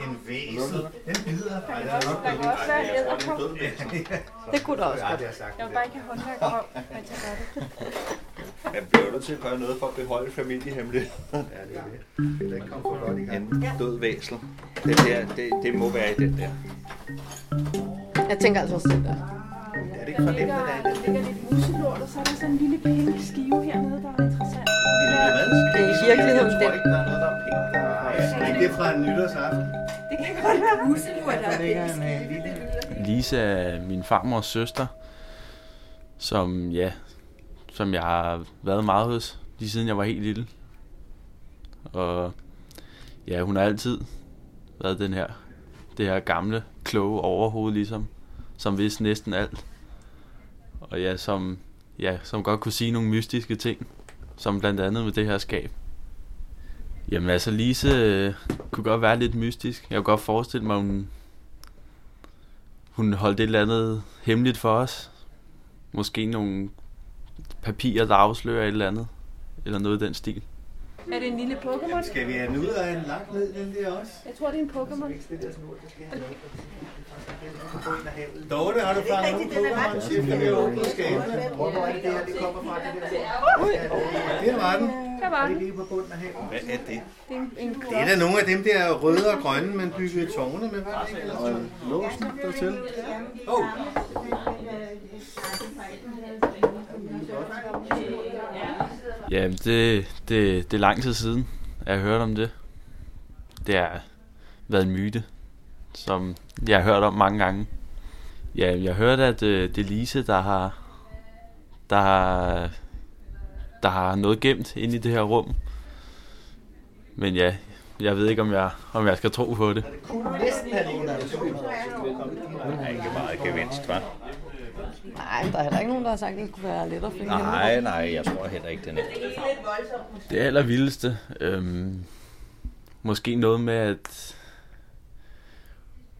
en væsel. Den bider. Ej, Der den kan er også, nok der kan også være en æderkop. Det kunne der også Jeg godt. har sagt Jeg det vil der. bare ikke have håndværk på, mens jeg gør det. Man bliver nødt til at gøre noget for at beholde familiehemmeligheden. Ja, det er det. Den kom for godt i gang. En død væsel. Det, der, det, det må være i den der. Jeg tænker altså også den der. Er det ikke Der for nemt, ligger, at der er den? der ligger lidt muselort, og så er der sådan en lille pæn skive hernede, der er interessant. Det er i virkeligheden Jeg tror ikke, der er noget, der er pænt. Der er ikke det er fra en nytårsaften. Det kan godt være. Muselur, der er pænt. Lise er min farmors søster, som, ja, som jeg har været meget hos, lige siden jeg var helt lille. Og ja, hun har altid været den her, det her gamle, kloge overhoved, ligesom, som vidste næsten alt. Og ja, som, ja, som godt kunne sige nogle mystiske ting, som blandt andet med det her skab. Jamen altså, Lise øh, kunne godt være lidt mystisk. Jeg kunne godt forestille mig, hun hun holdt et eller andet hemmeligt for os. Måske nogle papirer, der afslører et eller andet. Eller noget i den stil. Er det en lille Pokémon? Skal vi have den ud og have den lagt ned, den der også? Jeg tror, det er en Pokémon. Det der snor, det skal have. Dorte, har du fanget nogen den er Pokémon ret. til, da vi åbnede skabene? Hvor var det der, det kommer fra? Det der? Det var den. Der var Er det den. lige på bunden af havet? Hvad er det? Det er en, en Det er da nogle af dem der røde og grønne, man byggede tårne med, var det ikke? Eller sådan? Låsen dertil. Oh, Jamen, det, det, det er lang tid siden, at jeg hørte om det. Det har været en myte, som jeg har hørt om mange gange. Ja, jeg hørte, at øh, det er Lise, der har, der har, der har noget gemt inde i det her rum. Men ja, jeg ved ikke, om jeg, om jeg skal tro på det. Der er ikke meget gevinst, hva'? Nej, men der er heller ikke nogen, der har sagt, at det kunne være let at finde hende. Nej, nej, jeg tror heller ikke, den er. Det allervildeste. Øhm, måske noget med, at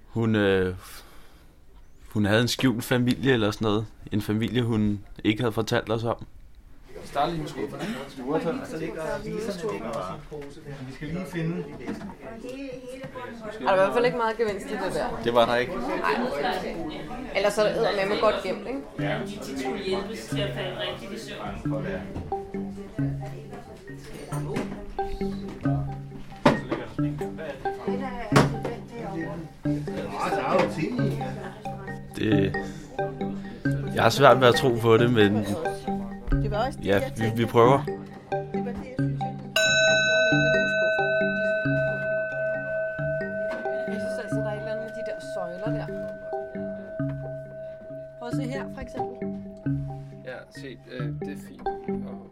hun, øh, hun havde en skjult familie eller sådan noget. En familie, hun ikke havde fortalt os om. vi skal lige finde. Er der i hvert fald ikke meget gevinst i det der. Det var der ikke. Ellers er det eddermame godt gemt, ikke? De to hjælpes til at falde rigtigt i søvn. Åh, der er jo ting i. Det, jeg har svært ved at tro på det, men Det var også det, ja, jeg vi, tænkte. vi prøver. Det var det, jeg synes, jeg Jeg synes altså, der er et eller andet med de der søjler der. Prøv at se her, for eksempel. Ja, se, øh, det er fint. Og